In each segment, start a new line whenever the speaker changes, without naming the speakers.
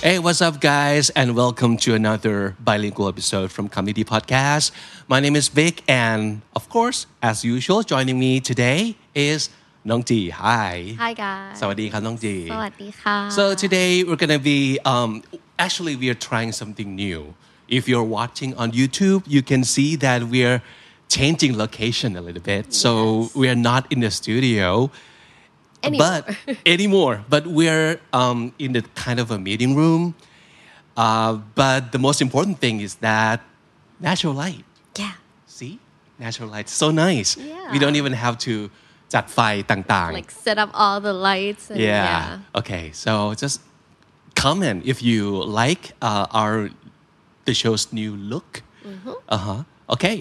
Hey, what's up, guys, and welcome to another bilingual episode from Comedy Podcast. My name is Vic, and of course, as usual, joining me today is Nong Ji. Hi.
Hi, guys.
สวัสดีครับน้องจี
สวัสดีค่ะ
So today we're gonna be um, actually we are trying something new. If you're watching on YouTube, you can see that we're changing location a little bit. So we are not in the studio,
Anymore.
but anymore. But we're um, in the kind of a meeting room. Uh, but the most important thing is that natural light.
yeah
See, natural light, so nice.
Yeah.
We don't even have to จัดไฟต่าง ๆ
like set up all the lights and
yeah. Okay. So just comment if you like uh, our the show's new look. Uh huh. Okay.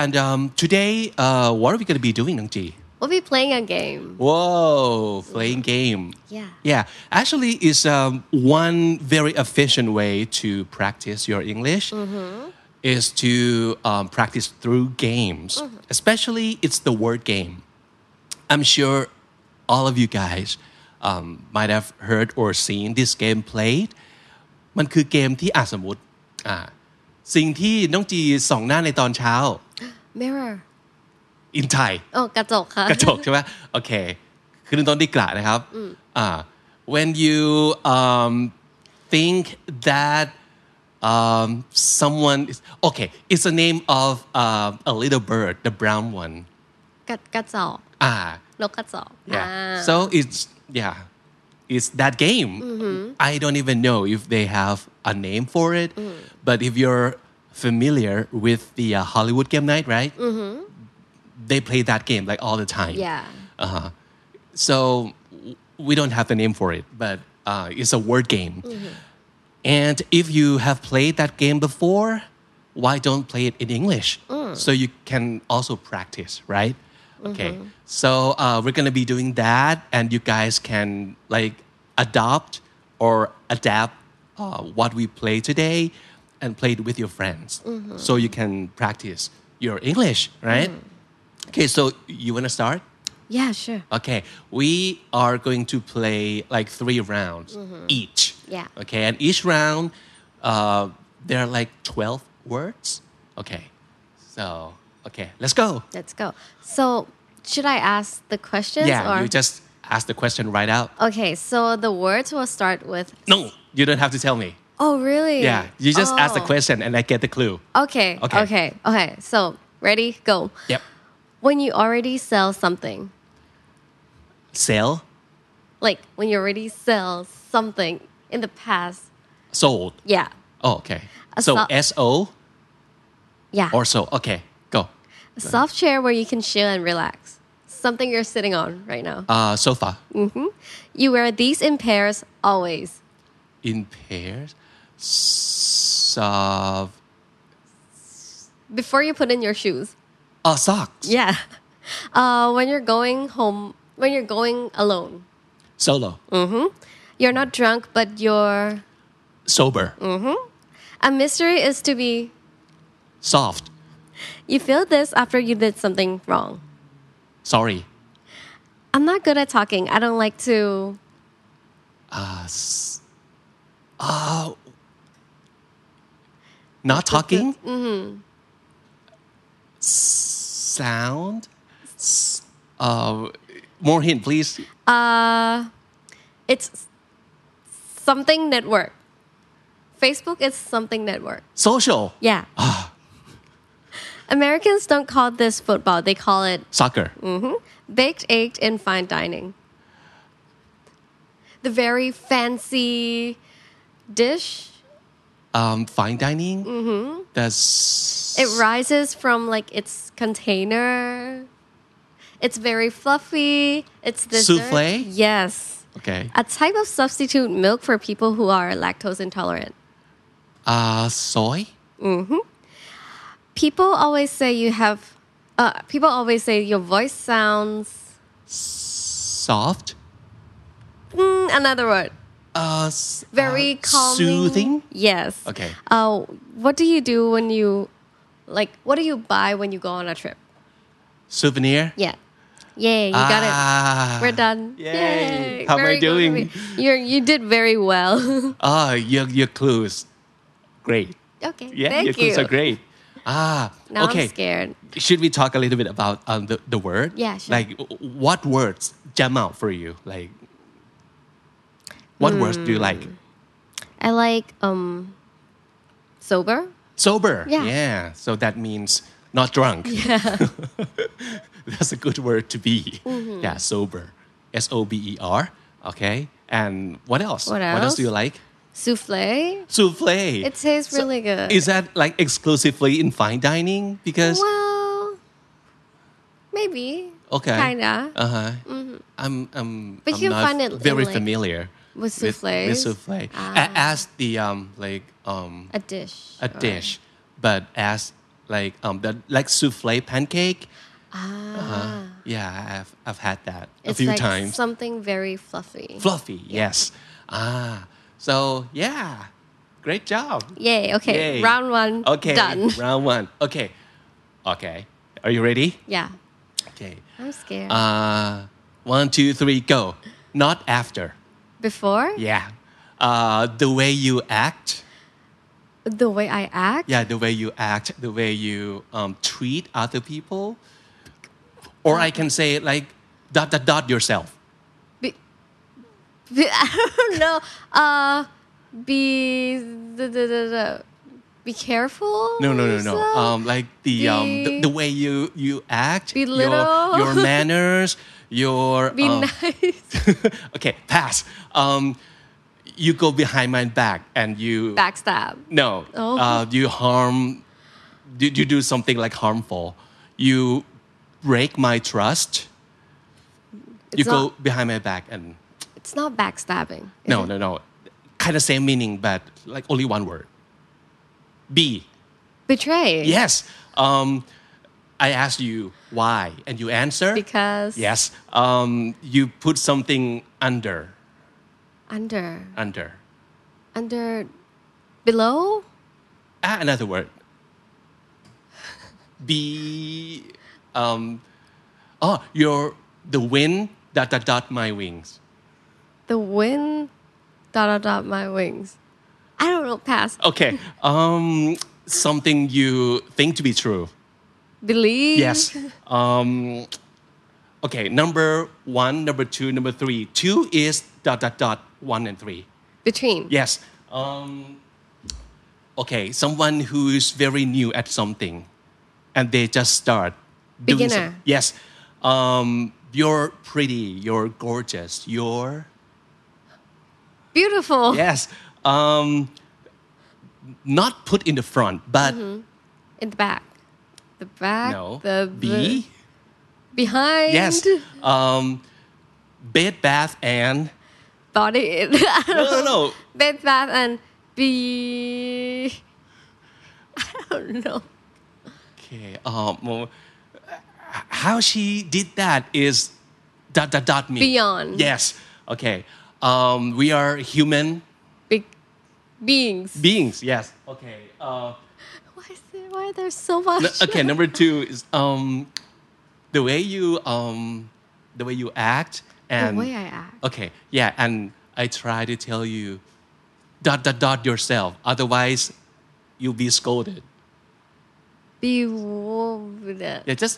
And um, today, uh, what are we going to be doing, Nungji?
we'll be playing a game
Whoa, playing game.
Yeah.
Yeah. Actually, is um, one very efficient way to practice your English
Mm-hmm.
is to um, practice through games. Especially, it's the word game. I'm sure all of you guys um, might have heard or seen this game played. มันคือเกมที่อ่ะสมมติอ่าสิ่งที่น้องจีส่องหน้าในตอนเช้า
mirror Oh,
in Thai
โอ้กระจ กค่ะ
กระจกใช่ไหมโอเคขึ้นต้นที่กระนะครับอ่า when you um, think that um, someone is okay it's the name of uh, a little bird the brown one
กระกระจอก
อ่า
นกกระจอก
yeah
อ่า
so it's yeah it's that game I don't even know if they have a name for it but if you're familiar with the uh, Hollywood game night right they play that game like all the time
yeah
uh-huh. So w- we don't have the name for it, but uh, it's a word game. And if you have played that game before, why don't play it in English? So you can also practice, right? Okay. So uh, we're gonna be doing that, and you guys can like adopt or adapt uh, what we play today, and play it with your friends, so you can practice your English, right? Okay. So you wanna start?
yeah sure
Okay, we are going to play like three rounds each.
Mm-hmm. Yeah.
Okay, and each round, uh, there are like 12 words. Okay, so, okay, let's go.
let's go so should I ask the questions
yeah,
or
you just ask the question right out.
okay so the words will start with
No, you don't have to tell me.
oh really
Yeah, you just ask the
Oh.
question and I get the clue.
okay
Okay.
okay okay so ready go
Yep.
when you already sell something
Sell,
like when you already sell something in the past
sold.
yeah
Oh, okay.
A
So
so-
S O
yeah
or so. Okay, go.
A soft chair where you can chill and relax. Something you're sitting on right now.
Uh, sofa.
Mm. You wear these in pairs always.
In pairs. uh, Sof-
Before you put in your shoes.
Oh, socks.
Yeah. Uh, when you're going home, when you're going alone.
Solo.
You're not drunk, but you're.
Sober.
A mystery is to be.
Soft.
You feel this after you did something wrong.
Sorry.
I'm not good at talking. I don't like to.
Not talking.
Mm-hmm.
Sound. S- uh, more hint, please.
It's something network. Facebook is something network.
Social.
Yeah. Americans don't call this football, they call it
Soccer.
baked, aged, and fine dining. The very fancy dish.
Um, fine dining. Mm-hmm. That's
It rises from like its container. It's very fluffy. It's dessert.
Souffle?
Yes.
okay.
A type of substitute milk for people who are lactose intolerant.
Uh, soy.
People always say you have Uh, people always say your voice sounds.
Soft,
Mm, another word.
uh, s- uh,
Very calming.
soothing.
Yes.
Okay.
Uh, what do you do when you, like, what do you buy when you go on a trip?
Souvenir.
Yeah. Yay, you got it.
Ah.
We're done.
Yay. How am I
Very good.
doing?
You're, you did very well.
Ah, your your clues, great.
okay.
Yeah,
thank
your clues
you.
are great. Ah,
Now
okay.
I'm scared.
Should we talk a little bit about um, the the word?
Yeah, sure.
Like, w- what words jump out for you? Like, what words do you like?
Hmm. I like um sober.
Sober.
Yeah.
So that means not drunk. Yeah. That's a good word to be.
Mm-hmm.
Yeah, sober. S O B E R. Okay. And what else?
What
else
else?
do you like?
Souffle.
Souffle.
It tastes really good.
Is that like exclusively in fine dining? Because
well maybe.
okay.
Kinda. Mm-hmm.
Uh huh. I'm I'm.
But
I'm
you can
not
find it in,
very
like,
familiar
with
With,
souffles? Ah.
souffle. A- as the um like um
a dish.
a
or-
dish, but as like um the like souffle pancake. Uh-huh.
Ah.
Yeah, I've I've had that a
It's
few
like
times.
something very fluffy.
Fluffy, yes. Ah, so yeah, great job.
Yay, okay.
Yay.
Round one
Okay,
done.
round one. Okay, okay. Are you ready?
Yeah.
Okay.
I'm scared.
Uh, one, two, three, go. Not after.
Before?
Yeah. Uh, the way you act.
The way I act?
Yeah, the way you act, the way you um, treat other people. Or I can say like dot dot dot yourself.
Be, be, I don't know. Uh, be the, the, the, the, be careful.
No, no, no,
of
no.
yourself?
Um, like the um, the,
Be-
the way you you act,
Be
your
little.
your manners, your
be
um,
nice.
okay, pass. Um, you go behind my back and you
Backstab.
No.
Oh.
Uh, you harm. You, you do something like harmful. You break my trust. you
It's
go
not-
behind my back and
It's not backstabbing. is
no,
it?
no, no. Kind of same meaning, but like only one word. B.
Betray.
Yes. Um, I asked you why, and you answer.
Because
Yes. Um, you put something under.
under,
Under.
under, below,
Ah, another word. Be, um, oh, your the wind dot dot dot my wings.
the wind, dot, dot, dot, my wings. I don't know, pass.
Okay, um, something you think to be true.
Believe.
Yes. Um, okay, number one, number two, number three. Two is dot dot dot one and three.
Between.
Yes. Um, okay, someone who is very new at something and they just start. doing
Beginner.
some- yes. Um, you're pretty, you're gorgeous, you're.
Beautiful.
Yes. Um, not put in the front, but
In the back. The Mm-hmm. back.
no.
The
B?
Behind.
Yes. Um, bed, bath, and.
Body. In. I don't
No, no,
know.
no.
Bed Bath and Be. I don't know.
Okay. Um, well, how she did that is dot dot dot me.
Beyond.
Yes. Okay. Um, we are human
Be- beings.
beings. Yes. Okay. Uh,
Why is there, why are there so much?
n- okay. Number two is um, the way you um, the way you act and
way I act.
Okay. Yeah. And I try to tell you dot dot dot yourself. Otherwise, you'll be scolded.
Be warm.
Yeah, just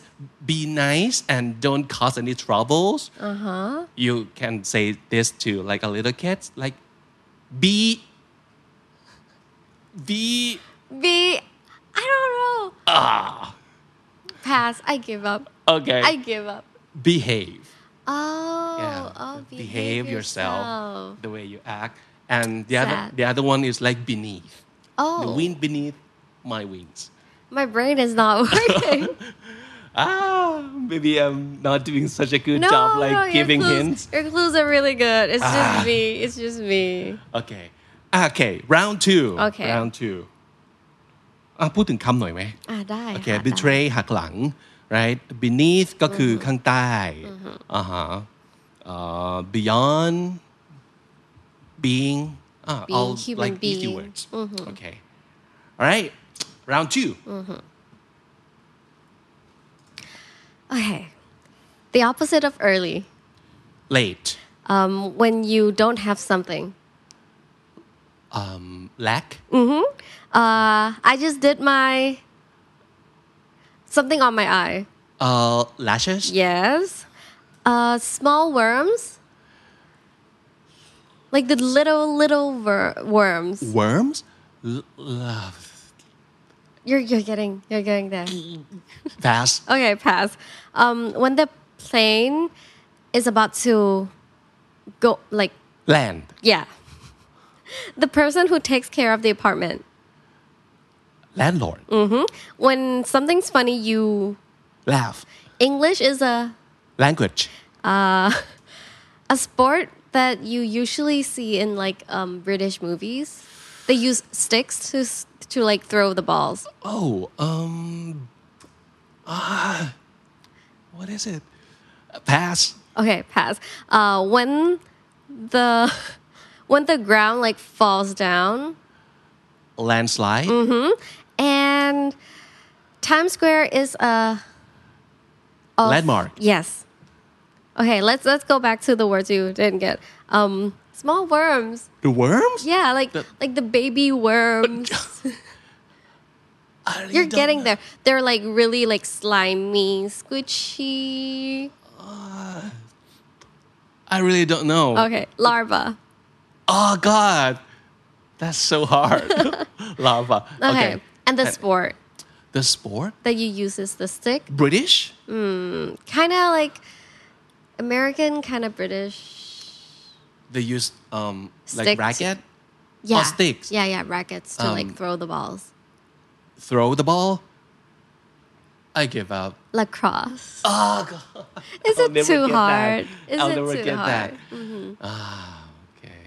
be nice and don't cause any troubles.
Uh huh.
you can say this to like a little kid like be be ah,
Be. I don't know. Pass. I give up.
okay
I give up.
behave
Oh.
yeah
Oh, behave, yourself.
the way you act and the other
Sad.
the other one is like beneath the
Oh.
wind beneath my wings
My brain is not working.
ah maybe i'm not doing such a good
no,
job like
no,
giving
your clues,
hints Ah.
Your clues are really good. It's just me. It's just me.
okay Ah, okay round two
Okay.
round two อ่ะพูดถึงคำหน่อยไหม
Ah, die.
Okay, betray หักหลัง right beneath ก็คือ
Mm-hmm.
ข้างใต้อ่าฮะเอ่อ beyond being uh, all
Being human
like these two
being. Mm-hmm.
words okay all right round 2
Mm. Okay. The opposite of early.
late
Um, when you don't have something.
um lack
Uh, I just did my something on my eye.
uh lashes
Yes. Uh, small worms. Like the little little wor- worms.
worms L- love
You're you're getting you're getting there.
pass
Okay, pass. Um, when the plane is about to go, like
land
yeah, the person who takes care of the apartment.
landlord
Mm. When something's funny, you
laugh
English is a
language
a sport that you usually see in like um, British movies. They use sticks to s- to like throw the balls.
Oh, um, ah, what is it? Uh, Pass.
Okay, pass. Uh, when the when the ground like falls down
Landslide.
Mm-hmm. and Times Square is a of-
Landmark.
Yes. Okay, let's let's go back to the words you didn't get. Um, small worms.
The worms.
Yeah, like
The-
like the baby worms.
I really
You're
don't
getting
know.
there. They're like really like slimy, squishy.
I really don't know.
Okay, larva.
Oh God, that's so hard. Lava.
Okay. And the
And-
sport
The sport.
that you use is the stick.
British.
Kind of like American, kind of British.
They use um like
Sticks.
racket.
Yeah.
Oh, sticks.
Yeah, yeah, rackets to
Um,
like throw the balls.
Throw the ball. I give up.
Lacrosse.
Oh God.
Is
I'll
it
never
too
get
hard?
That.
Is
I'll
it
never
too
get
hard? Mm-hmm.
that. Ah, okay.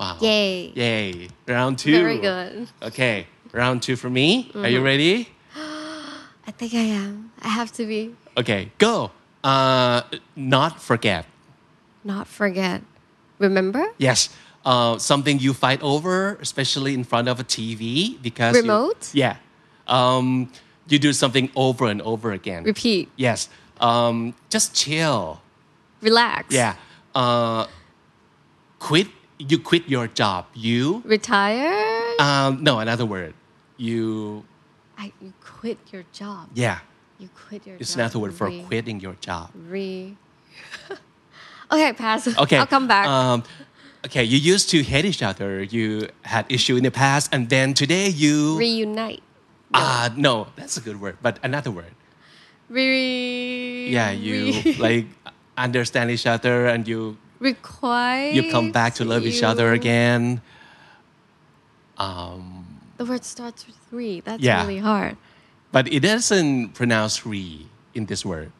Wow.
Yay.
Yay. Round two.
Very good. Mm-hmm.
Okay. Round two for me. Are you ready?
I think I am. I have to be.
Okay. Go. Uh, not forget.
Not forget. Remember?
Yes. Uh, something you fight over, especially in front of a TV, because you-
Remote?
yeah. Um, you do something over and over again.
Repeat.
Yes. Um, just chill.
Relax.
Yeah. Uh, quit. You quit your job. You.
Retire.
Um, no, another word. You.
I, you quit your job.
Yeah.
You quit your
It's
job.
another word for
Re-
quitting your job.
Re. okay, pass.
Okay.
I'll come back.
Um, okay. You used to hate each other. You had issue in the past, and then today you.
Reunite.
Ah, no, that's a good word, but another word.
Re.
Yeah, you
re-
like understand each other, and you
require.
you come back to love each other
you-
again.
The word starts with re. That's
Yeah.
really hard.
But it doesn't pronounce re in this word.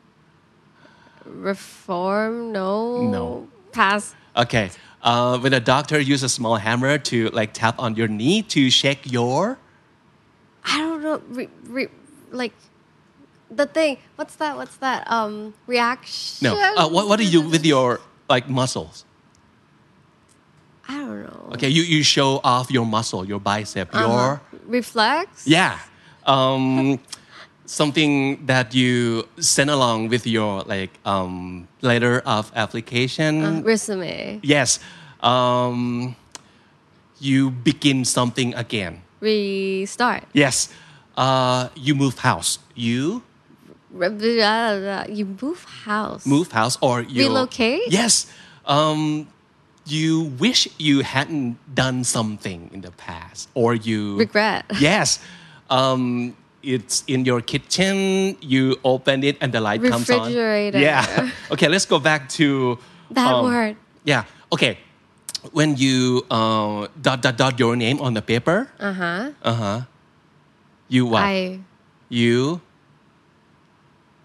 Reform? No.
No.
Pass.
Okay. Uh, when a doctor uses a small hammer to like tap on your knee to shake your
I don't know. Re, re, like the thing. What's that? What's that? Um, reaction.
no. Uh, what what do you with your like muscles?
I don't know.
Okay, you, you show off your muscle, your bicep, your
Reflex.
yeah, um, something that you send along with your like um, letter of application.
Uh-huh. Resume.
yes, um, you begin something again.
Restart.
Yes, uh, you move house. You
Re- blah, blah, blah. You move house.
move house or you
Relocate?
Yes. Um, you wish you hadn't done something in the past, or you
Regret.
Yes. Um, it's in your kitchen. You open it and the light comes on.
Refrigerator.
Yeah. Okay. Let's go back to
That word.
Yeah. Okay. When you uh, dot dot dot your name on the paper,
Uh huh.
you what?
I
you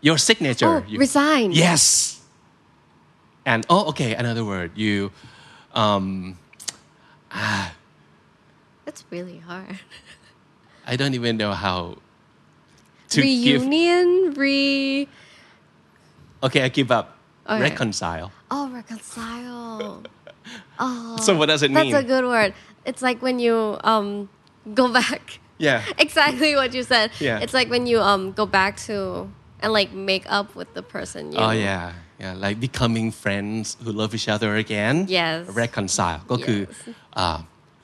your signature.
Oh,
You-
resign.
Yes. And oh, okay. Another word. You. Um,
That's really hard.
I don't even know how. to give.
Reunion, re.
Okay, I give up.
Okay.
Reconcile.
Oh, reconcile.
so what does it
That's
mean?
a good word. It's like when you um go back.
Yeah.
Exactly what you said.
Yeah.
It's like when you um go back to and like make up with the person. You
Oh yeah, yeah, like becoming friends who love each other again.
Yes.
Reconcile ก็คืออ่า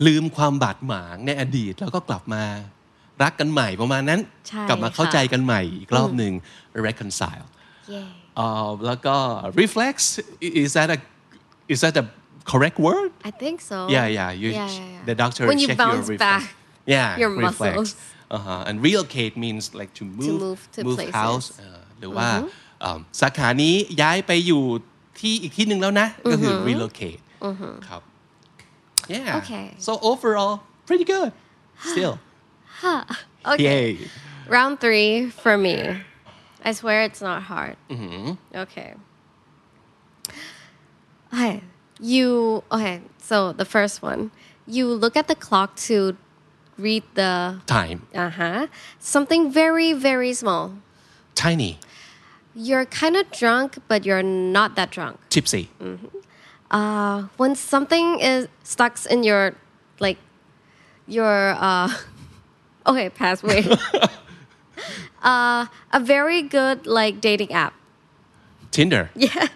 ลืมความบาดหมางในอดีตแล้วก็กลับมารักกันใหม่ประมาณนั้น
ใช่
กลับมาเข้า
ค่ะ
ใจกันใหม่อีกรอบหนึ่ง reconcile
Yeah.
อ่าแล้วก็ Uh, reflex is that a is that the correct word
I think so.
yeah yeah you
Oh. Yeah, yeah, yeah.
the doctor
when you
check
bounce
your reflex.
back.
yeah
your
reflex.
muscles.
อ่าฮะ and relocate means like to move
move to places. Mm-hmm.
house เอ่อหรือว่า um, อ่าสาขานี้ย้ายไปอยู่ที่อีกที่หนึ่งแล้วนะ ก็คือ
Mm-hmm.
relocate ครับ yeah
Okay.
so overall pretty good still
Okay.
yay
Round three for me. I swear it's not hard. Mm-hmm. Okay. Okay. You okay? So the first one, you look at the clock to read the
time
uh huh something very very small.
tiny
You're kind of drunk, but you're not that drunk.
tipsy
Mm. Uh, when something is stuck in your like your uh, okay pathway. uh, a very good like dating app.
Tinder
Yes.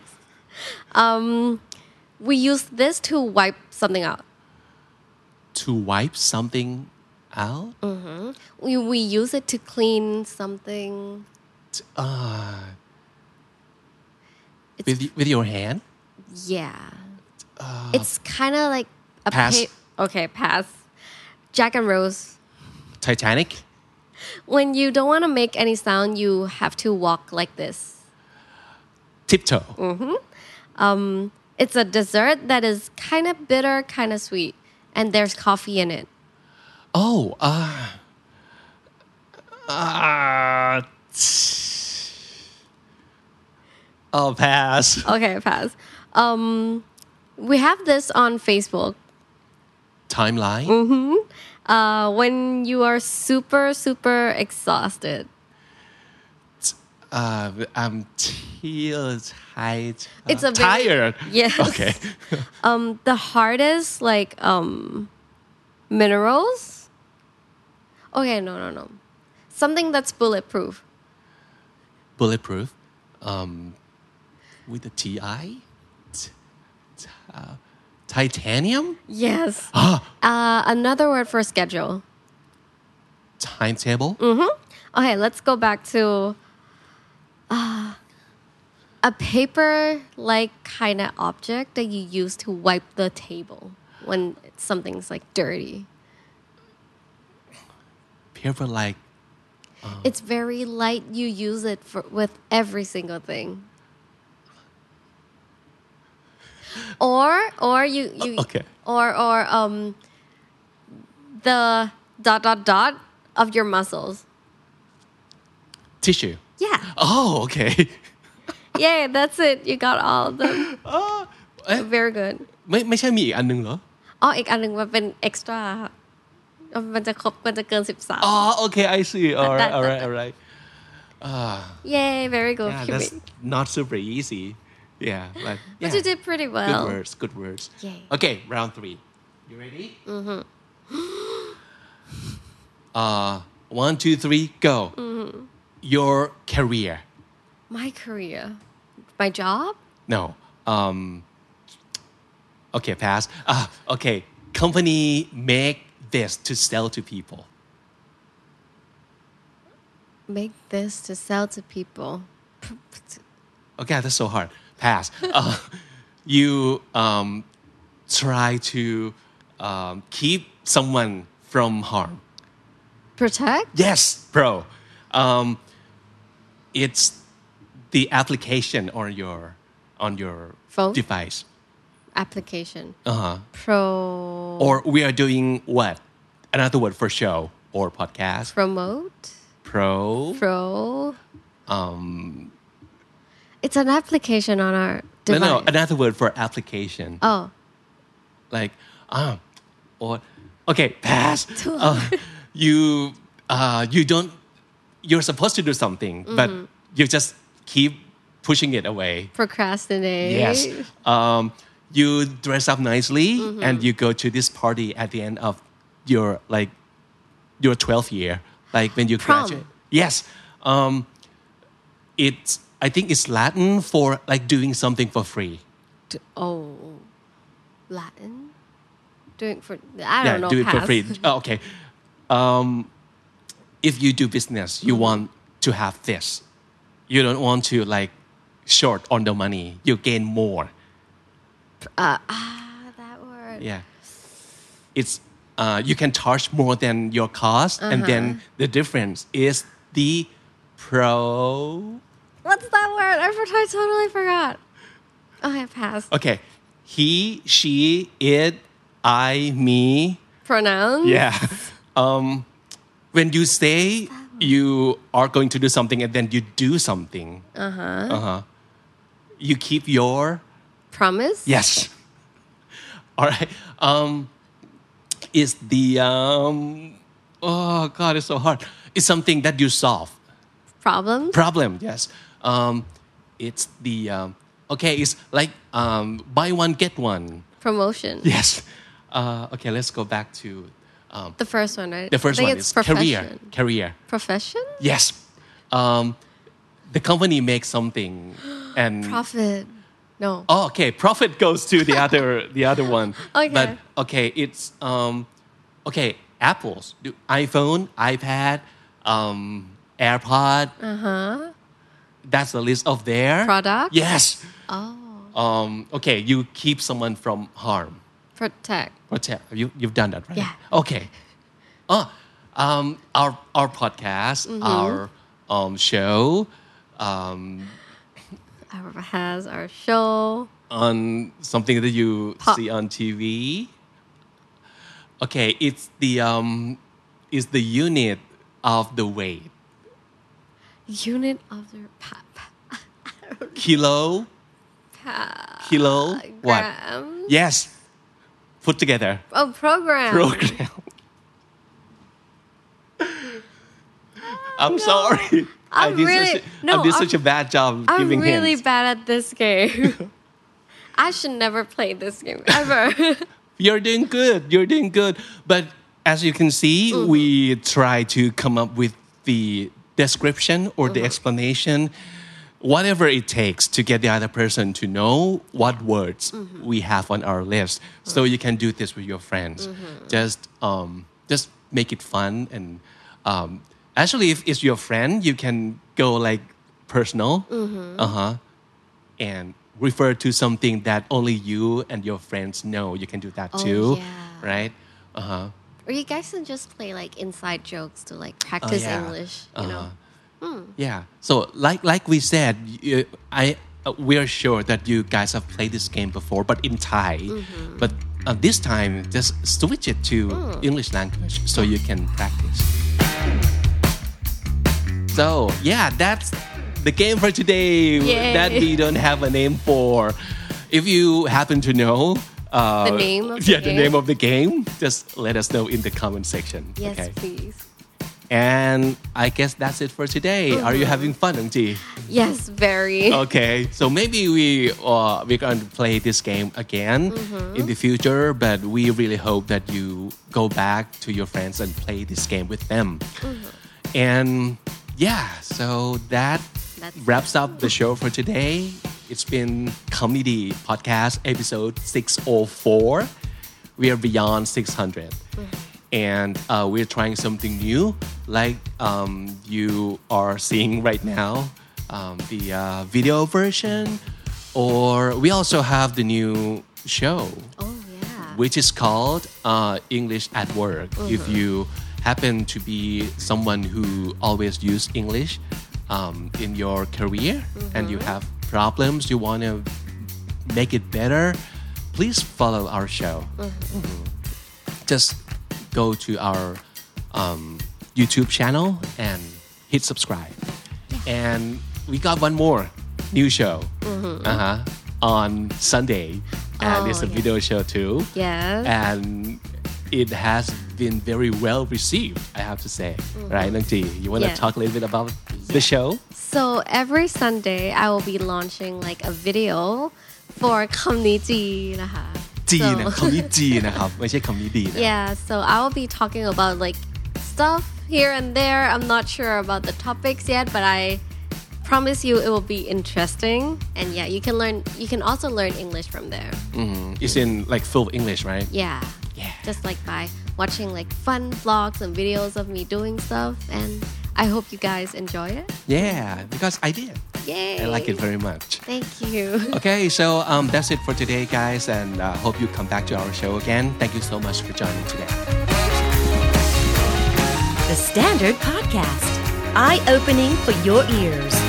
Um, we use this to wipe something out.
to wipe something out
We, we use it to clean something.
uh, with with your hand
Yeah. it's kind of like a
pass.
pa- okay, pass. Jack and Rose.
Titanic
When you don't want to make any sound, you have to walk like this.
tiptoe
Mm. It's a dessert that is kind of bitter, kind of sweet, and there's coffee in it.
oh uh, uh, I'll pass
Okay, pass. Um, we have this on Facebook.
timeline
Mm-hmm. Uh, when you are super, super exhausted.
Uh, I'm too tired.
It's a very-
uh, tired.
Yes.
Okay.
Um, the hardest like um, minerals. Okay, no, no, no. Something that's bulletproof.
Bulletproof. Um, with the TI. T- t- uh, titanium.
Yes.
Ah,
Uh, another word for schedule.
timetable.
Mm. Okay, let's go back to uh, a paper like kind of object that you use to wipe the table when something's like dirty.
Paper like
It's very light. You use it for, with every single thing. Or or you, you
okay.
or or um the dot dot dot of your muscles.
tissue.
Yeah.
Oh, okay.
Yay, that's it. You got all of them.
eh?
Very good.
ไม่ไม่ใช่มีอีกอันหนึงเหรอ
อ๋ออีกอันหนึ่งมันเป็น extra ค่ะมันจะครบมันจะเกิน
อ๋อ
13
โอเค I see alright
ได้
alright alright
Yay very good
yeah that's
Kiwi
not super easy yeah but yeah.
but you did pretty well
Good words, good words.
Yay.
Okay, round three. You ready? Mm-hmm. uh, one, two, three, go. Your career.
my career my job
No. Um, okay, pass. Uh, okay, company make this to sell to people.
make this to sell to people. P- p-
Okay, Oh, that's so hard. Pass. Uh, you um, try to um, keep someone from harm.
Protect?
Yes, bro. Um, it's the application on your on your
Phone?
device.
Application.
Uh huh.
Pro.
Or we are doing what? Another word for show or podcast.
Promote?
Pro.
Pro. Um. It's an application on our
Um, No,
device.
no. Another word for application.
oh,
Like um, or okay, pass. Uh, you uh, you don't you're supposed to do something, but you just keep pushing it away.
Procrastinate.
Yes. Um, you dress up nicely and you go to this party at the end of your like your 12th year, like when you
Prom.
graduate. Yes. Um, it's I think it's Latin for like doing something for free.
D- Oh, Latin. Doing for I
yeah,
don't know.
do it for
pass.
free. Oh, okay. Um, if you do business, you want to have this. You don't want to like short on the money. You gain more.
Ah, that word.
Yeah. It's uh, you can charge more than your cost, and
Uh-huh.
then the difference is the pro.
What's that word? I, for- I totally forgot. Oh, Okay, pass.
Okay, he, she, it, I, me.
Pronoun.
Yeah. Um, when you say you are going to do something and then you do something, uh-huh. you keep your
Promise.
yes. All right. Um, is the um, oh god, it's so hard. It's something that you solve
Problem.
problem. Yes. Um, it's the um, okay. It's like um, buy one get one.
Promotion.
Yes. Uh, okay, let's go back to um,
The first one, right?
the first
I think
one.
It's
It's
profession.
career. Career.
Profession.
Yes. Um, the company makes something and
Profit. No.
oh, okay, profit goes to the other the other one.
Okay.
But okay, it's um, okay, apples, do iPhone, iPad, um, AirPod. Uh-huh. That's the list of their
Product?
Yes. Oh. Um, okay, you keep someone from harm.
Protect.
Protect. You, you've done that, right?
Yeah.
Okay. Oh, um, our, our podcast,
Mm-hmm.
our um, show um,
Our has our show.
on something that you
Po-
see on TV. Okay, it's the um, is the unit of the weight
Unit of the pa- pa-
kilo
pa-
kilo what?
gram.
Yes, put together
Oh, program. Oh,
program. I'm sorry. I
I'm
did
really-
such a,
no,
I did
I'm-
such a bad job
I'm
giving
really
hints.
bad at this game. I should never play this game ever.
You're doing good. You're doing good. But as you can see, we try to come up with the description or the explanation, whatever it takes to get the other person to know what words we have on our list. So you can do this with your friends. Just um, just make it fun and um, actually, if it's your friend, you can go like personal. Uh huh. and refer to something that only you and your friends know. You can do that too,
yeah.
right? Uh huh.
or you guys can just play like inside jokes to like practice
Oh, yeah. Uh-huh.
English, you know.
Yeah. So like like we said, y- I uh, we are sure that you guys have played this game before, but in Thai.
Mm-hmm.
But uh, this time, just switch it to
Mm.
English language so you can practice. So yeah, that's the game for today
Yay.
that we don't have a name for. If you happen to know. Uh,
The name of the
yeah, the
game?
name of the game. Just let us know in the comment section.
Yes,
okay?
please.
And I guess that's it for today. Are you having fun, Angie?
Yes, very.
Okay, so maybe we uh, we're going to play this game again in the future, but we really hope that you go back to your friends and play this game with them. And yeah, so that
That's-
wraps up the show for today. It's been Comedy Podcast episode 604. We are beyond 600. And uh, we're trying something new, like um, you are seeing right now um, the uh, video version, or we also have the new show
Oh yeah. Mm-hmm.
which is called uh, English at Work. If you happen to be someone who always use English um, in your career and you
Mm-hmm.
have problems, you want to make it better, please follow our show.
Mm-hmm.
Mhm. Just go to our um, YouTube channel and hit subscribe. And we got one more new show uh-huh, on Sunday, and
Mm-hmm. Oh,
it's a
yeah.
video show too
yes.
and it has been very well received, I have to say. Right, Nung T? You want to
Mm. Yeah.
talk a little bit about the show?
So every Sunday, I will be launching like a video for community. นะคะ
จีนะ
So-
คำนี้จีนะครับไม่ใช่คำนี้ดีนะ
Yeah, so I will be talking about like stuff here and there. I'm not sure about the topics yet, but I promise you it will be interesting. And yeah, you can learn you can also learn English from there.
Mm-hmm. It's in like full English right
Yeah.
Yeah.
Just like by watching like fun vlogs and videos of me doing stuff and I hope you guys enjoy it.
Yeah because I did
Yay.
I like it very much
Thank you.
Okay, so um, that's it for today, guys, and uh, hope you come back to our show again. Thank you so much for joining today.
The Standard Podcast, eye opening for your ears.